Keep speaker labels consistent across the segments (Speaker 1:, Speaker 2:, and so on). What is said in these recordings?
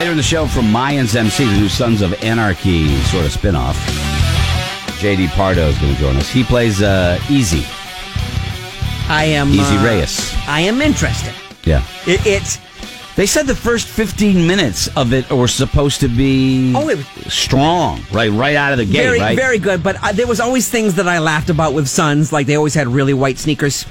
Speaker 1: in the show from Mayans MC, the new Sons of Anarchy sort of spinoff. JD Pardo is going to join us. He plays uh, Easy,
Speaker 2: I am
Speaker 1: Easy
Speaker 2: uh,
Speaker 1: Reyes.
Speaker 2: I am interested.
Speaker 1: Yeah.
Speaker 2: It, it's
Speaker 1: They said the first 15 minutes of it were supposed to be
Speaker 2: Oh, it-
Speaker 1: strong, right right out of the gate,
Speaker 2: very
Speaker 1: right?
Speaker 2: very good, but uh, there was always things that I laughed about with Suns, like they always had really white sneakers.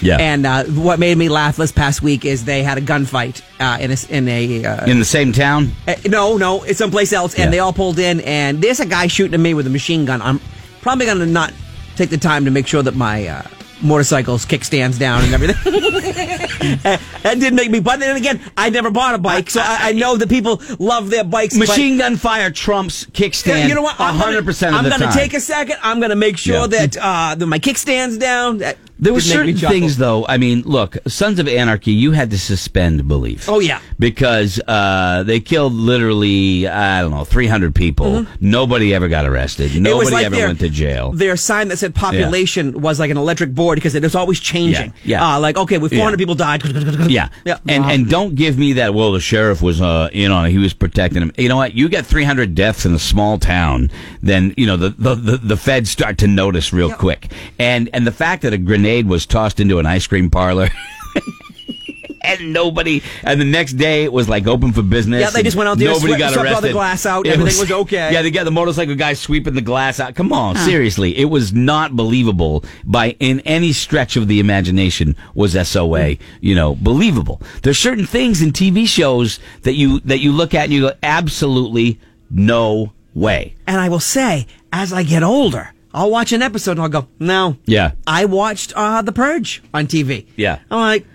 Speaker 1: Yeah.
Speaker 2: And uh, what made me laugh this past week is they had a gunfight uh, in a s- in a uh,
Speaker 1: in the same town?
Speaker 2: Uh, no, no, it's someplace else. And
Speaker 1: Yeah.
Speaker 2: they all pulled in, and there's a guy shooting at me with a machine gun. I'm probably going to not take the time to make sure that my uh, motorcycle's kickstand's down and everything. Uh, that did make me. But then again, I never bought a bike, so I, I know that people love their bikes. but-
Speaker 1: Machine gun fire trumps kickstand.
Speaker 2: you know what? I'm gonna-
Speaker 1: 100% of
Speaker 2: I'm
Speaker 1: the
Speaker 2: gonna
Speaker 1: time.
Speaker 2: take a second. I'm going to make sure
Speaker 1: Yeah.
Speaker 2: that uh, that my kickstand's down. That
Speaker 1: There were
Speaker 2: did make me
Speaker 1: certain
Speaker 2: chuckle.
Speaker 1: things, though. I mean, look, Sons of Anarchy, you had to suspend belief.
Speaker 2: Oh, yeah.
Speaker 1: because uh, they killed literally I don't know 300 people. Nobody ever got arrested.
Speaker 2: Mm-hmm. It
Speaker 1: Nobody
Speaker 2: was like
Speaker 1: ever
Speaker 2: their-
Speaker 1: went to jail.
Speaker 2: Their sign that said population was like an electric board because it was always changing.
Speaker 1: Yeah, yeah.
Speaker 2: Uh, like, okay, we 400
Speaker 1: Yeah.
Speaker 2: people died.
Speaker 1: yeah,
Speaker 2: Yeah.
Speaker 1: and and don't give me that. Well, the sheriff was uh, in on it. He was protecting him. You know what? You get 300 deaths in a small town, then you know the the the, the feds start to notice real quick. And and the fact that a grenade was tossed into an ice cream parlor. And nobody. And the next day, it was like open for business.
Speaker 2: Yeah, they
Speaker 1: and
Speaker 2: just went out there,
Speaker 1: Nobody
Speaker 2: swept-
Speaker 1: got
Speaker 2: swept all
Speaker 1: arrested.
Speaker 2: the glass out, everything was okay.
Speaker 1: Yeah, they got the motorcycle guy sweeping the glass out. Come on, seriously, it was not believable by in any stretch of the imagination was SOA. You know, believable. There's certain things in TV shows that you that you look at and you go, absolutely no way.
Speaker 2: And I will say, as I get older, I'll watch an episode and I'll go, no.
Speaker 1: Yeah.
Speaker 2: I watched uh, The Purge on TV.
Speaker 1: Yeah.
Speaker 2: I'm like,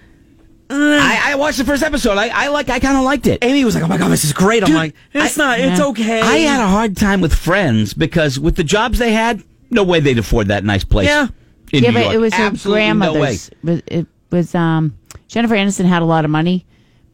Speaker 2: Mm.
Speaker 1: I, I watched the first episode. I, I like. I kind of liked it.
Speaker 2: Amy was like, oh my God, this is great. I'm
Speaker 1: Dude,
Speaker 2: like, it's not, it's okay.
Speaker 1: I had a hard time with friends because with the jobs they had, no way they'd afford that nice place.
Speaker 2: Yeah.
Speaker 1: in
Speaker 3: yeah,
Speaker 1: New
Speaker 3: but
Speaker 1: York.
Speaker 3: it was her
Speaker 1: Absolutely no way.
Speaker 3: grandmother's. was- it was um, Jennifer Aniston had a lot of money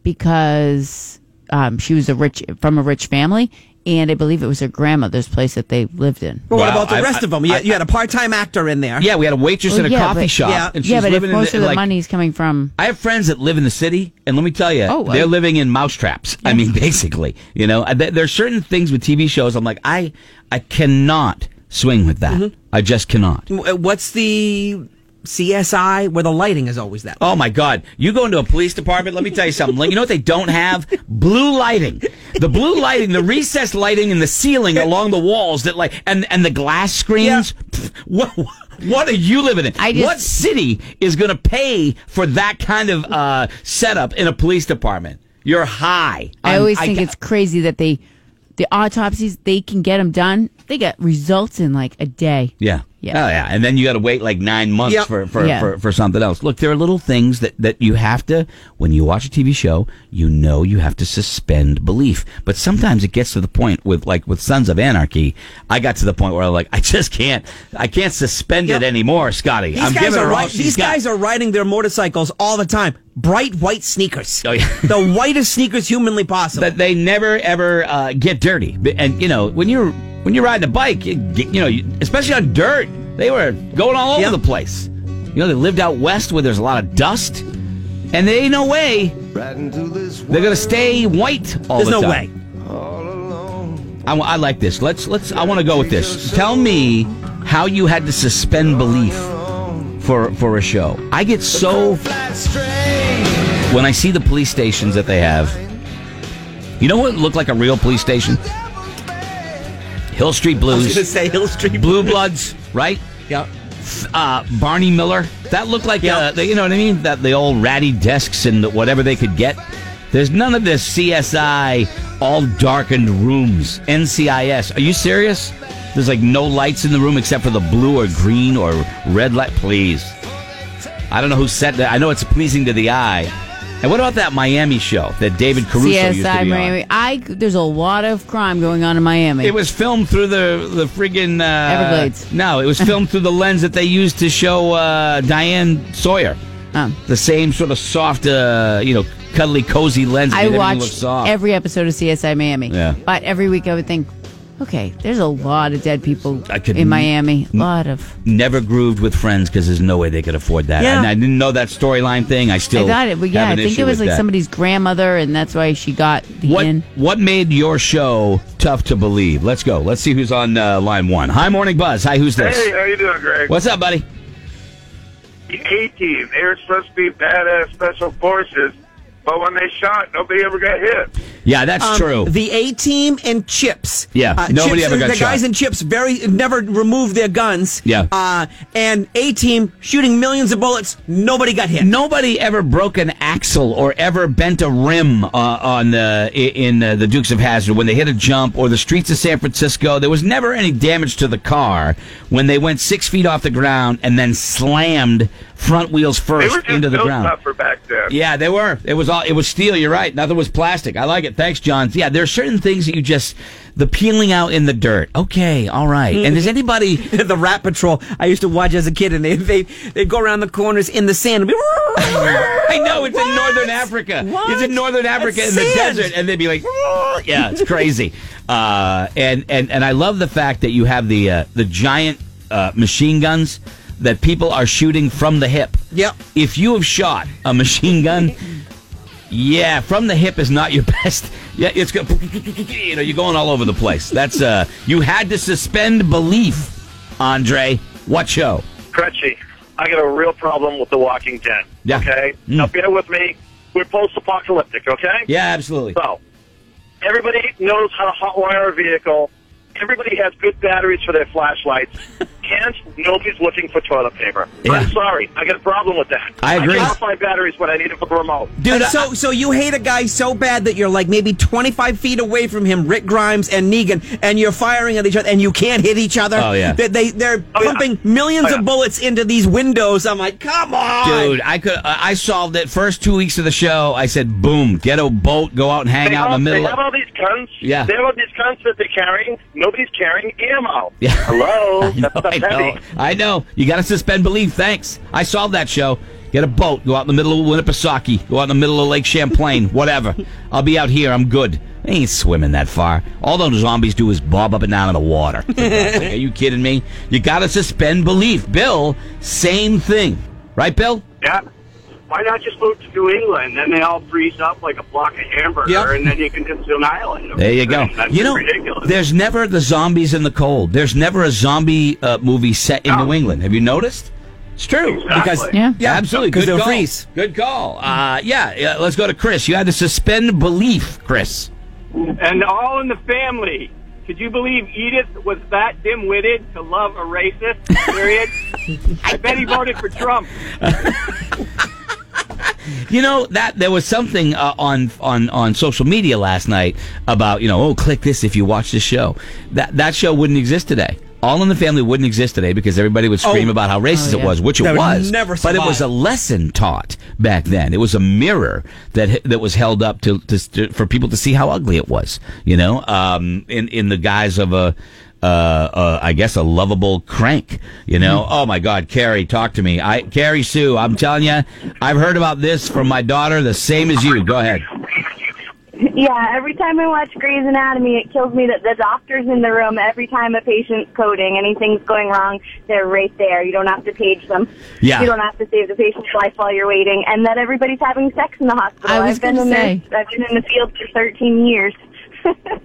Speaker 3: because um, she was a rich from a rich family, and I believe it was her grandmother's place that they lived in.
Speaker 2: But what
Speaker 1: Wow,
Speaker 2: about the
Speaker 1: I-
Speaker 2: rest
Speaker 1: I-
Speaker 2: of them? You,
Speaker 1: I-
Speaker 2: you had a part time actor in there.
Speaker 1: Yeah, we had a waitress
Speaker 3: Well,
Speaker 1: in a
Speaker 3: yeah,
Speaker 1: coffee
Speaker 3: but-
Speaker 1: shop.
Speaker 2: Yeah.
Speaker 1: and she's
Speaker 3: yeah, but if
Speaker 1: living in
Speaker 3: most of the
Speaker 1: like-
Speaker 3: money's coming from
Speaker 1: I have friends that live in the city, and let me tell you,
Speaker 3: Oh, well.
Speaker 1: they're living in mousetraps. I mean, basically, you know, I- there are certain things with TV shows. I'm like, I, I cannot swing with that.
Speaker 3: Mm-hmm.
Speaker 1: I just cannot.
Speaker 2: Uh, What's the CSI where the lighting is always that?
Speaker 1: Oh my God! You go into a police department. Let me tell you something. Like, you know what they don't have? Blue lighting. The blue lighting, the recessed lighting in the ceiling along the walls that like, and and the glass screens. Pff, what what are you living in?
Speaker 3: I just-
Speaker 1: what city is going to pay for that kind of uh, setup in a police department? You're high.
Speaker 3: I
Speaker 1: I'm-
Speaker 3: always think
Speaker 1: ca-
Speaker 3: it's crazy that they, the autopsies, they can get them done. They get results in like a day.
Speaker 1: Yeah.
Speaker 3: Yeah.
Speaker 1: Oh, yeah. And then you got to wait like nine months
Speaker 2: Yep.
Speaker 1: for, for,
Speaker 3: Yeah.
Speaker 1: for, for something else. Look, there are little things that, that you have to, when you watch a TV show, you know you have to suspend belief. But sometimes it gets to the point with, like, with Sons of Anarchy, I got to the point where I'm like, I just can't, I can't suspend
Speaker 2: Yep.
Speaker 1: it anymore, Scotty.
Speaker 2: These
Speaker 1: I'm
Speaker 2: guys
Speaker 1: giving
Speaker 2: are
Speaker 1: her all
Speaker 2: ri-
Speaker 1: she's
Speaker 2: these
Speaker 1: got.
Speaker 2: guys are riding their motorcycles all the time. Bright white sneakers.
Speaker 1: Oh, yeah.
Speaker 2: the whitest sneakers humanly possible.
Speaker 1: that they never ever uh, get dirty. B- And you know, when you're when you're riding a bike, you, get, you know, you, especially on dirt, they were going all over
Speaker 2: Yeah.
Speaker 1: the place. You know, they lived out west where there's a lot of dust, and there ain't no way they're gonna stay white all
Speaker 2: There's
Speaker 1: the
Speaker 2: no
Speaker 1: time.
Speaker 2: way.
Speaker 1: I, wa- I like this. Let's let's. I want to go with this. Tell me how you had to suspend belief for for a show. I get so when I see the police stations that they have. You know what looked like a real police station? Hill Street
Speaker 2: I was going to
Speaker 1: Blues,
Speaker 2: say Hill Street.
Speaker 1: Blue Bloods, right?
Speaker 2: Yeah.
Speaker 1: Uh, Barney Miller. That looked like
Speaker 2: Yeah.
Speaker 1: uh, the, you know what I mean? That the old ratty desks and the, whatever they could get. There's none of this CSI all darkened rooms. NCIS. Are you serious? There's like no lights in the room except for the blue or green or red light. Please. I don't know who said that. I know it's pleasing to the eye. And what about that Miami show that David Caruso used to
Speaker 3: CSI
Speaker 1: be on?
Speaker 3: Miami. I there's a lot of crime going on in Miami.
Speaker 1: It was filmed through the the friggin' uh,
Speaker 3: Everglades.
Speaker 1: No, it was filmed through the lens that they used to show uh, Diane Sawyer.
Speaker 3: Oh.
Speaker 1: The same sort of soft, uh, you know, cuddly, cozy lens. that
Speaker 3: I
Speaker 1: made everything look
Speaker 3: watched
Speaker 1: soft.
Speaker 3: every episode of CSI Miami.
Speaker 1: Yeah.
Speaker 3: But every week I would think, Okay, there's a lot of dead people
Speaker 1: I could-
Speaker 3: in Miami. A lot of.
Speaker 1: Never grooved with friends because there's no way they could afford that.
Speaker 2: Yeah.
Speaker 1: And I didn't know that storyline thing. I still
Speaker 3: I got it. But yeah,
Speaker 1: have
Speaker 3: I
Speaker 1: an
Speaker 3: think
Speaker 1: issue
Speaker 3: it was
Speaker 1: with
Speaker 3: like
Speaker 1: that.
Speaker 3: somebody's grandmother, and that's why she got the
Speaker 1: What
Speaker 3: in.
Speaker 1: What made your show tough to believe? Let's go. Let's see who's on uh, line one. Hi, Morning Buzz. Hi, who's this?
Speaker 4: Hey, how you doing, Greg?
Speaker 1: What's up, buddy?
Speaker 4: The A team. They were supposed to be badass special forces, but when they shot, nobody ever got hit.
Speaker 1: Yeah, that's
Speaker 2: Um,
Speaker 1: true.
Speaker 2: The A team and Chips. Uh,
Speaker 1: Yeah, nobody
Speaker 2: Chips
Speaker 1: ever
Speaker 2: and-
Speaker 1: got
Speaker 2: the
Speaker 1: shot.
Speaker 2: guys in Chips very never removed their guns.
Speaker 1: Yeah.
Speaker 2: Uh, and A team shooting millions of bullets. Nobody got hit.
Speaker 1: Nobody ever broke an axle or ever bent a rim uh, on the i- in uh, the Dukes of Hazard when they hit a jump or the streets of San Francisco. There was never any damage to the car when they went six feet off the ground and then slammed front wheels
Speaker 4: They
Speaker 1: first
Speaker 4: were just
Speaker 1: into the
Speaker 4: built
Speaker 1: ground.
Speaker 4: tougher back then.
Speaker 1: Yeah, they were. It was all. It was steel. You're right. Nothing was plastic. I like it. Thanks, John. Yeah, there are certain things that you just the peeling out in the dirt. Okay, all right.
Speaker 4: Mm-hmm.
Speaker 1: And does anybody?
Speaker 2: the Rat Patrol I used to watch as a kid, and they they they go around the corners in the sand. And be,
Speaker 1: I
Speaker 2: I
Speaker 1: know it's in northern Africa.
Speaker 2: What?
Speaker 1: It's in northern Africa
Speaker 2: That's
Speaker 1: in the
Speaker 2: sand.
Speaker 1: desert, and they'd be like, "Roar." "Yeah, it's crazy." uh, and and and I love the fact that you have the uh, the giant uh, machine guns that people are shooting from the hip.
Speaker 2: Yep.
Speaker 1: If you have shot a machine gun, yeah, from the hip is not your best. Yeah, it's go- you know you're going all over the place. That's uh, you had to suspend belief, Andre. What show?
Speaker 5: Crutchy, I got a real problem with The Walking Dead.
Speaker 1: Yeah.
Speaker 5: Okay?
Speaker 1: Mm.
Speaker 5: Now, bear with me. We're post apocalyptic, okay?
Speaker 1: Yeah, absolutely.
Speaker 5: So, everybody knows how to hotwire a vehicle. Everybody has good batteries for their flashlights. and nobody's looking for toilet paper.
Speaker 1: Yeah.
Speaker 5: I'm sorry. I got a problem with that.
Speaker 1: I agree.
Speaker 5: I can't find batteries when I need it for the remote.
Speaker 1: Dude,
Speaker 2: And
Speaker 1: I-
Speaker 2: so so you hate a guy so bad that you're like maybe 25 feet away from him, Rick Grimes and Negan, and you're firing at each other, and you can't hit each other.
Speaker 1: Oh, yeah.
Speaker 2: They, they they're
Speaker 5: yeah.
Speaker 2: pumping millions
Speaker 5: Oh, yeah.
Speaker 2: of bullets into these windows. I'm like, come on,
Speaker 1: Dude, I could. I I solved it first two weeks of the show. I said, "Boom, get a boat, go out and hang
Speaker 5: They,
Speaker 1: out
Speaker 5: all,
Speaker 1: in the
Speaker 5: they
Speaker 1: middle."
Speaker 5: have all these guns.
Speaker 1: Yeah.
Speaker 5: They have all these guns that they're carrying. Nobody's carrying ammo.
Speaker 1: Yeah.
Speaker 5: Hello?
Speaker 1: I know,
Speaker 5: That's
Speaker 1: I
Speaker 5: not
Speaker 1: know.
Speaker 5: heavy.
Speaker 1: I know. You got to suspend belief. Thanks. I solved that show. Get a boat, go out in the middle of Winnipesaukee, go out in the middle of Lake Champlain, whatever. I'll be out here. I'm good. I ain't swimming that far. All those zombies do is bob up and down in the water. Are you kidding me? You got to suspend belief. Bill, same thing, right, Bill?
Speaker 6: Yeah. Why not just move to New England? Then they all freeze up like a block of hamburger,
Speaker 2: Yep.
Speaker 6: and then you can just do an island.
Speaker 1: There you go.
Speaker 6: That's
Speaker 1: you know,
Speaker 6: ridiculous.
Speaker 1: there's never the zombies in the cold. There's never a zombie uh, movie set in
Speaker 6: No.
Speaker 1: New England. Have you noticed? It's true.
Speaker 2: because
Speaker 6: Exactly.
Speaker 3: Yeah.
Speaker 1: absolutely.
Speaker 2: because
Speaker 1: Good
Speaker 2: they'll
Speaker 1: call.
Speaker 2: freeze.
Speaker 1: Good call. Uh, yeah, yeah, let's go to Chris. You had to suspend belief, Chris.
Speaker 7: And all in the family. Could you believe Edith was that dim-witted to love a racist? Period. I bet he voted for Trump.
Speaker 1: You know that there was something uh, on on on social media last night about you know oh click this if you watch this show that that show wouldn't exist today. All in the Family wouldn't exist today because everybody would scream
Speaker 2: Oh.
Speaker 1: about how racist
Speaker 3: Oh,
Speaker 1: it
Speaker 3: yeah.
Speaker 1: was, which it
Speaker 2: That would
Speaker 1: was.
Speaker 2: never
Speaker 1: but it was
Speaker 2: survive.
Speaker 1: a lesson taught back then. It was a mirror that that was held up to, to, to for people to see how ugly it was. You know, um, in in the guise of a. Uh, uh, I guess a lovable crank, you know.
Speaker 2: Mm.
Speaker 1: Oh my God, Carrie, talk to me. I, Carrie Sue, I'm telling you, I've heard about this from my daughter, the same as you. Go ahead.
Speaker 8: Yeah, every time I watch Grey's Anatomy, it kills me that the doctor's in the room every time a patient's coding. Anything's going wrong, they're right there. You don't have to page them.
Speaker 1: Yeah.
Speaker 8: You don't have to save the patient's life while you're waiting. And that everybody's having sex in the hospital.
Speaker 3: I was
Speaker 8: I've been
Speaker 3: gonna
Speaker 8: in
Speaker 3: say.
Speaker 8: this- I've been in the field for 13 years.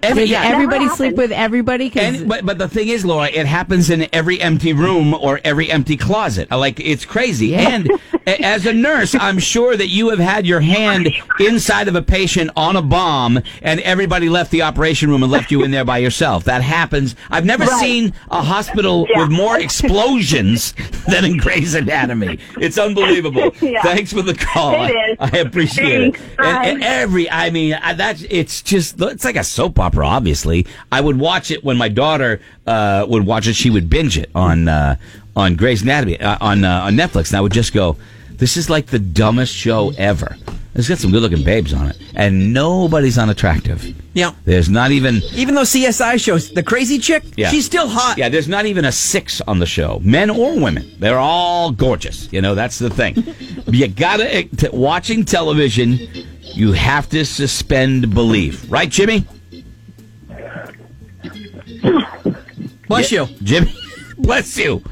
Speaker 1: Every-
Speaker 3: Does
Speaker 1: yeah.
Speaker 3: everybody
Speaker 8: Never
Speaker 3: sleep
Speaker 8: happened.
Speaker 3: with everybody? 'Cause-
Speaker 1: And, but but the thing is, Laura, it happens in every empty room or every empty closet. I Like it's crazy.
Speaker 3: Yeah.
Speaker 1: And a- as a nurse, I'm sure that you have had your hand inside of a patient on a bomb, and everybody left the operation room and left you in there by yourself. That happens. I've never
Speaker 8: Right.
Speaker 1: seen a hospital
Speaker 8: Yeah.
Speaker 1: with more explosions than in Grey's Anatomy. It's unbelievable.
Speaker 8: Yeah.
Speaker 1: Thanks for the call.
Speaker 8: It is.
Speaker 1: I appreciate
Speaker 8: Thanks.
Speaker 1: it. And- and
Speaker 8: Bye.
Speaker 1: every i mean I- that's it's just it's like a soap opera obviously i would watch it when my daughter uh, would watch it she would binge it on uh, on Grey's anatomy uh, on uh, on netflix and i would just go this is like the dumbest show ever it's got some good looking babes on it and nobody's unattractive
Speaker 2: Yeah.
Speaker 1: there's not even
Speaker 2: even though CSI shows the crazy chick,
Speaker 1: Yeah.
Speaker 2: she's still hot.
Speaker 1: yeah, there's not even a six on the show, men or women. They're all gorgeous. You know, that's the thing. you gotta t- watching television. You have to suspend belief, right, Jimmy?
Speaker 2: Bless you.
Speaker 1: Jimmy, bless you.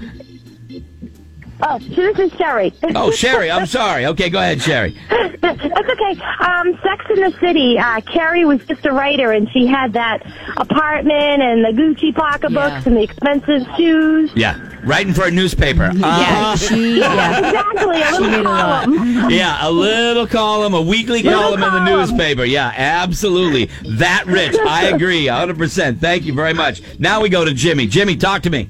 Speaker 9: Oh, this is Sherry.
Speaker 1: Oh, Sherry, I'm sorry. Okay, go ahead, Sherry.
Speaker 9: That's okay. Um, Sex in the City. Uh, Carrie was just a writer, and she had that apartment and the Gucci pocketbooks
Speaker 3: Yeah.
Speaker 9: and the expensive shoes.
Speaker 1: Yeah, writing for a newspaper. Uh,
Speaker 3: Yeah, she. Yeah.
Speaker 9: Exactly. A
Speaker 3: She
Speaker 9: little
Speaker 3: did a lot.
Speaker 9: column.
Speaker 1: yeah, a little column, a weekly column in the
Speaker 9: column.
Speaker 1: newspaper. Yeah, absolutely. That rich. I agree, 100%. Thank you very much. Now we go to Jimmy. Jimmy, talk to me.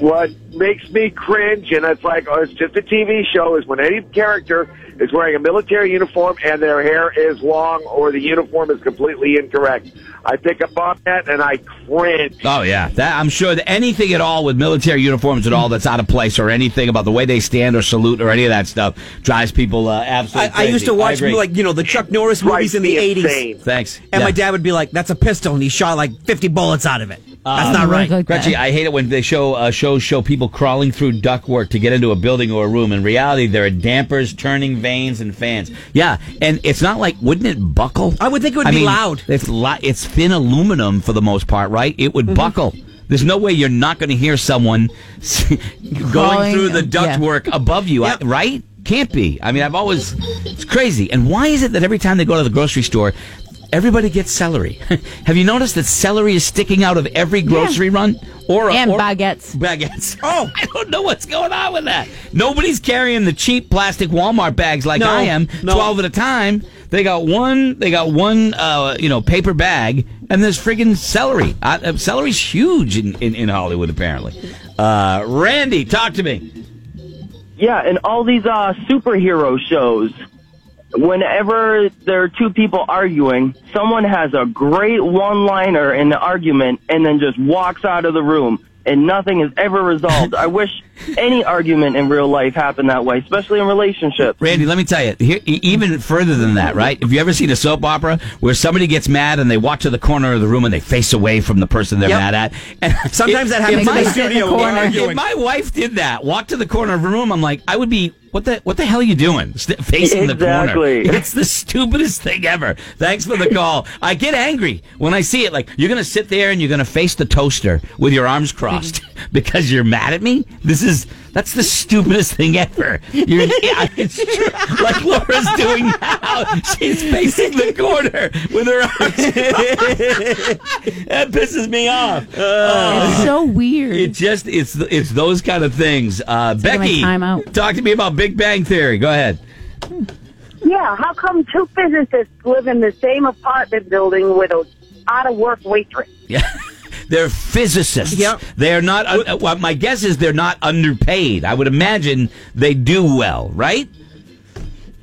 Speaker 5: What makes me cringe, and it's like, oh, it's just a TV show, is when any character is wearing a military uniform and their hair is long or the uniform is completely incorrect. I pick up on that and I cringe.
Speaker 1: Oh yeah, that I'm sure that anything at all with military uniforms at all that's out of place or anything about the way they stand or salute or any of that stuff drives people uh, absolutely.
Speaker 2: I, I used
Speaker 1: crazy.
Speaker 2: to watch
Speaker 1: agree.
Speaker 2: like you know the Chuck Norris movies in the
Speaker 5: Drives me
Speaker 2: eighties,
Speaker 5: insane.
Speaker 2: and
Speaker 1: thanks.
Speaker 2: my
Speaker 1: Yeah.
Speaker 2: dad would be like, "That's a pistol," and he shot like fifty bullets out of it.
Speaker 1: Uh,
Speaker 2: That's not
Speaker 3: Look
Speaker 2: right.
Speaker 3: like that.
Speaker 1: Gretchen, I hate it when they show uh, shows show people crawling through ductwork to get into a building or a room. In reality, there are dampers, turning vanes, and fans. Yeah, and it's not like wouldn't it buckle?
Speaker 2: I would think it would be loud.
Speaker 1: It's li- it's thin aluminum for the most part, right? It
Speaker 2: Mm-hmm.
Speaker 1: would buckle. There's no way you're not going to hear someone going
Speaker 3: Crawling,
Speaker 1: through the
Speaker 3: um, yeah.
Speaker 1: ductwork above you, I-
Speaker 2: Yep.
Speaker 1: right? Can't be. I mean, I've always it's crazy. And why is it that every time they go to the grocery store? Everybody gets celery. Have you noticed that celery is sticking out of every grocery run or a-
Speaker 3: And
Speaker 1: or-
Speaker 3: baguettes.
Speaker 1: Baguettes. Oh, I don't know what's going on with that. Nobody's carrying the cheap plastic Walmart bags like
Speaker 2: No,
Speaker 1: I am.
Speaker 2: no.
Speaker 1: Twelve at a time. They got one. They got one. Uh, you know, paper bag, and there's friggin' celery. I, uh, celery's huge in, in, in Hollywood, apparently. Uh, Randy, talk to me.
Speaker 10: Yeah, and all these uh, superhero shows, whenever there are two people arguing, someone has a great one liner in the argument and then just walks out of the room. And nothing is ever resolved. I wish any argument in real life happened that way, especially in relationships.
Speaker 1: Randy, let me tell you, here, e- even further than that, right? Have you ever seen a soap opera where somebody gets mad and they walk to the corner of the room and they face away from the person they're
Speaker 2: Yep.
Speaker 1: mad at? And
Speaker 2: Sometimes that happens
Speaker 1: if
Speaker 2: in
Speaker 1: my-
Speaker 2: the studio. when we're
Speaker 1: If
Speaker 2: arguing.
Speaker 1: my wife did that, walked to the corner of a room, I'm like, I would be, what the, what the hell are you doing? St- facing the
Speaker 10: Exactly.
Speaker 1: corner. It's the stupidest thing ever. Thanks for the call. I get angry when I see it. Like, you're going to sit there and you're going to face the toaster with your arms crossed because you're mad at me? This is, that's the stupidest thing ever. You're, yeah, it's true. Like Laura's doing now. She's facing the corner with her arms crossed. That pisses me off.
Speaker 3: It's so weird.
Speaker 1: It just Uh-huh. it's it's those kind of things. Uh,
Speaker 3: like
Speaker 1: Becky,
Speaker 3: time out.
Speaker 1: talk to me about Big Bang Theory. Go ahead.
Speaker 8: Yeah, how come two physicists live in the same apartment building with a out of work waitress?
Speaker 1: Yeah. They're physicists.
Speaker 2: Yep.
Speaker 1: They're not. un- uh, well, my guess is they're not underpaid. I would imagine they do well, right?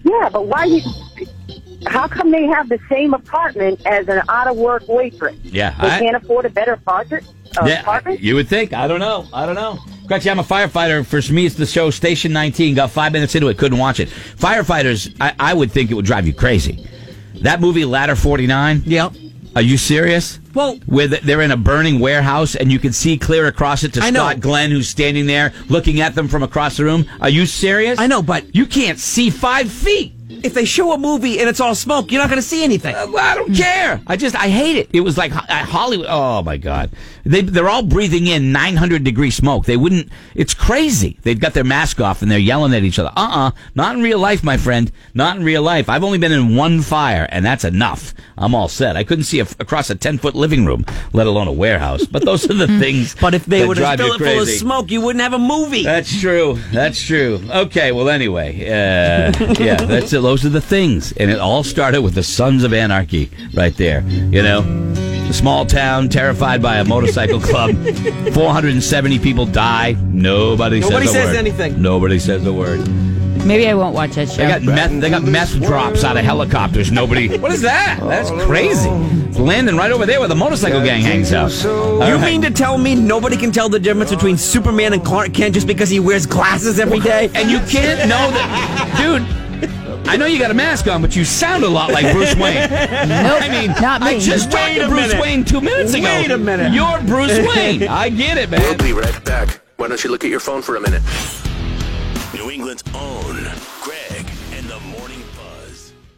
Speaker 8: Yeah, but why? You, how come they have the same apartment as an out of work waitress?
Speaker 1: Yeah,
Speaker 8: they
Speaker 1: I-
Speaker 8: can't afford a better apartment. Uh,
Speaker 1: Yeah,
Speaker 8: apartment?
Speaker 1: You would think. I don't know. I don't know. Correct. I'm a firefighter. For me, it's the show Station 19. Got five minutes into it, couldn't watch it. Firefighters, I, I would think it would drive you crazy. That movie, Ladder 49.
Speaker 2: Yep.
Speaker 1: Are you serious?
Speaker 2: Well-
Speaker 1: where the- they're in a burning warehouse and you can see clear across it to
Speaker 2: I know.
Speaker 1: Scott Glenn, who's standing there looking at them from across the room. Are you serious?
Speaker 2: I know, but-
Speaker 1: you can't see five feet.
Speaker 2: If they show a movie and it's all smoke, you're not going to see anything.
Speaker 1: I I don't care. I just I hate it. It was like Ho- uh, Hollywood. Oh my God, they they're all breathing in 900 degree smoke. They wouldn't. It's crazy. They've got their mask off and they're yelling at each other. Uh uh not in real life, my friend. Not in real life. I've only been in one fire and that's enough. I'm all set. I couldn't see a, across a 10 foot living room, let alone a warehouse. But those are the things.
Speaker 2: Hmm. But if they
Speaker 1: that
Speaker 2: would
Speaker 1: drive
Speaker 2: fill
Speaker 1: you
Speaker 2: it full of
Speaker 1: crazy.
Speaker 2: smoke, you wouldn't have a movie.
Speaker 1: That's true. That's true. Okay. Well, anyway, uh, yeah. That's it. Those are the things, and it all started with the Sons of Anarchy, right there. You know, a small town terrified by a motorcycle club. Four hundred and seventy people die. Nobody, says, a
Speaker 2: Nobody says
Speaker 1: word.
Speaker 2: anything.
Speaker 1: Nobody says a word.
Speaker 3: Maybe I won't watch that show.
Speaker 1: They got meth. They got meth drops out of helicopters. Nobody. What is that? That's crazy. It's landing right over there where the motorcycle gang hangs out. All
Speaker 2: you
Speaker 1: right.
Speaker 2: mean to tell me nobody can tell the difference between Superman and Clark Kent just because he wears glasses every day?
Speaker 1: and you can't know that, dude. I know you got a mask on, but you sound a lot like Bruce Wayne.
Speaker 3: Nope,
Speaker 1: I mean,
Speaker 3: not me.
Speaker 1: I just talked
Speaker 2: Wait
Speaker 1: to
Speaker 2: a
Speaker 1: Bruce
Speaker 2: minute.
Speaker 1: Wayne two minutes ago.
Speaker 2: Wait a minute.
Speaker 1: You're Bruce Wayne. I get it, man.
Speaker 11: We'll be right back. Why don't you look at your phone for a minute? New England's own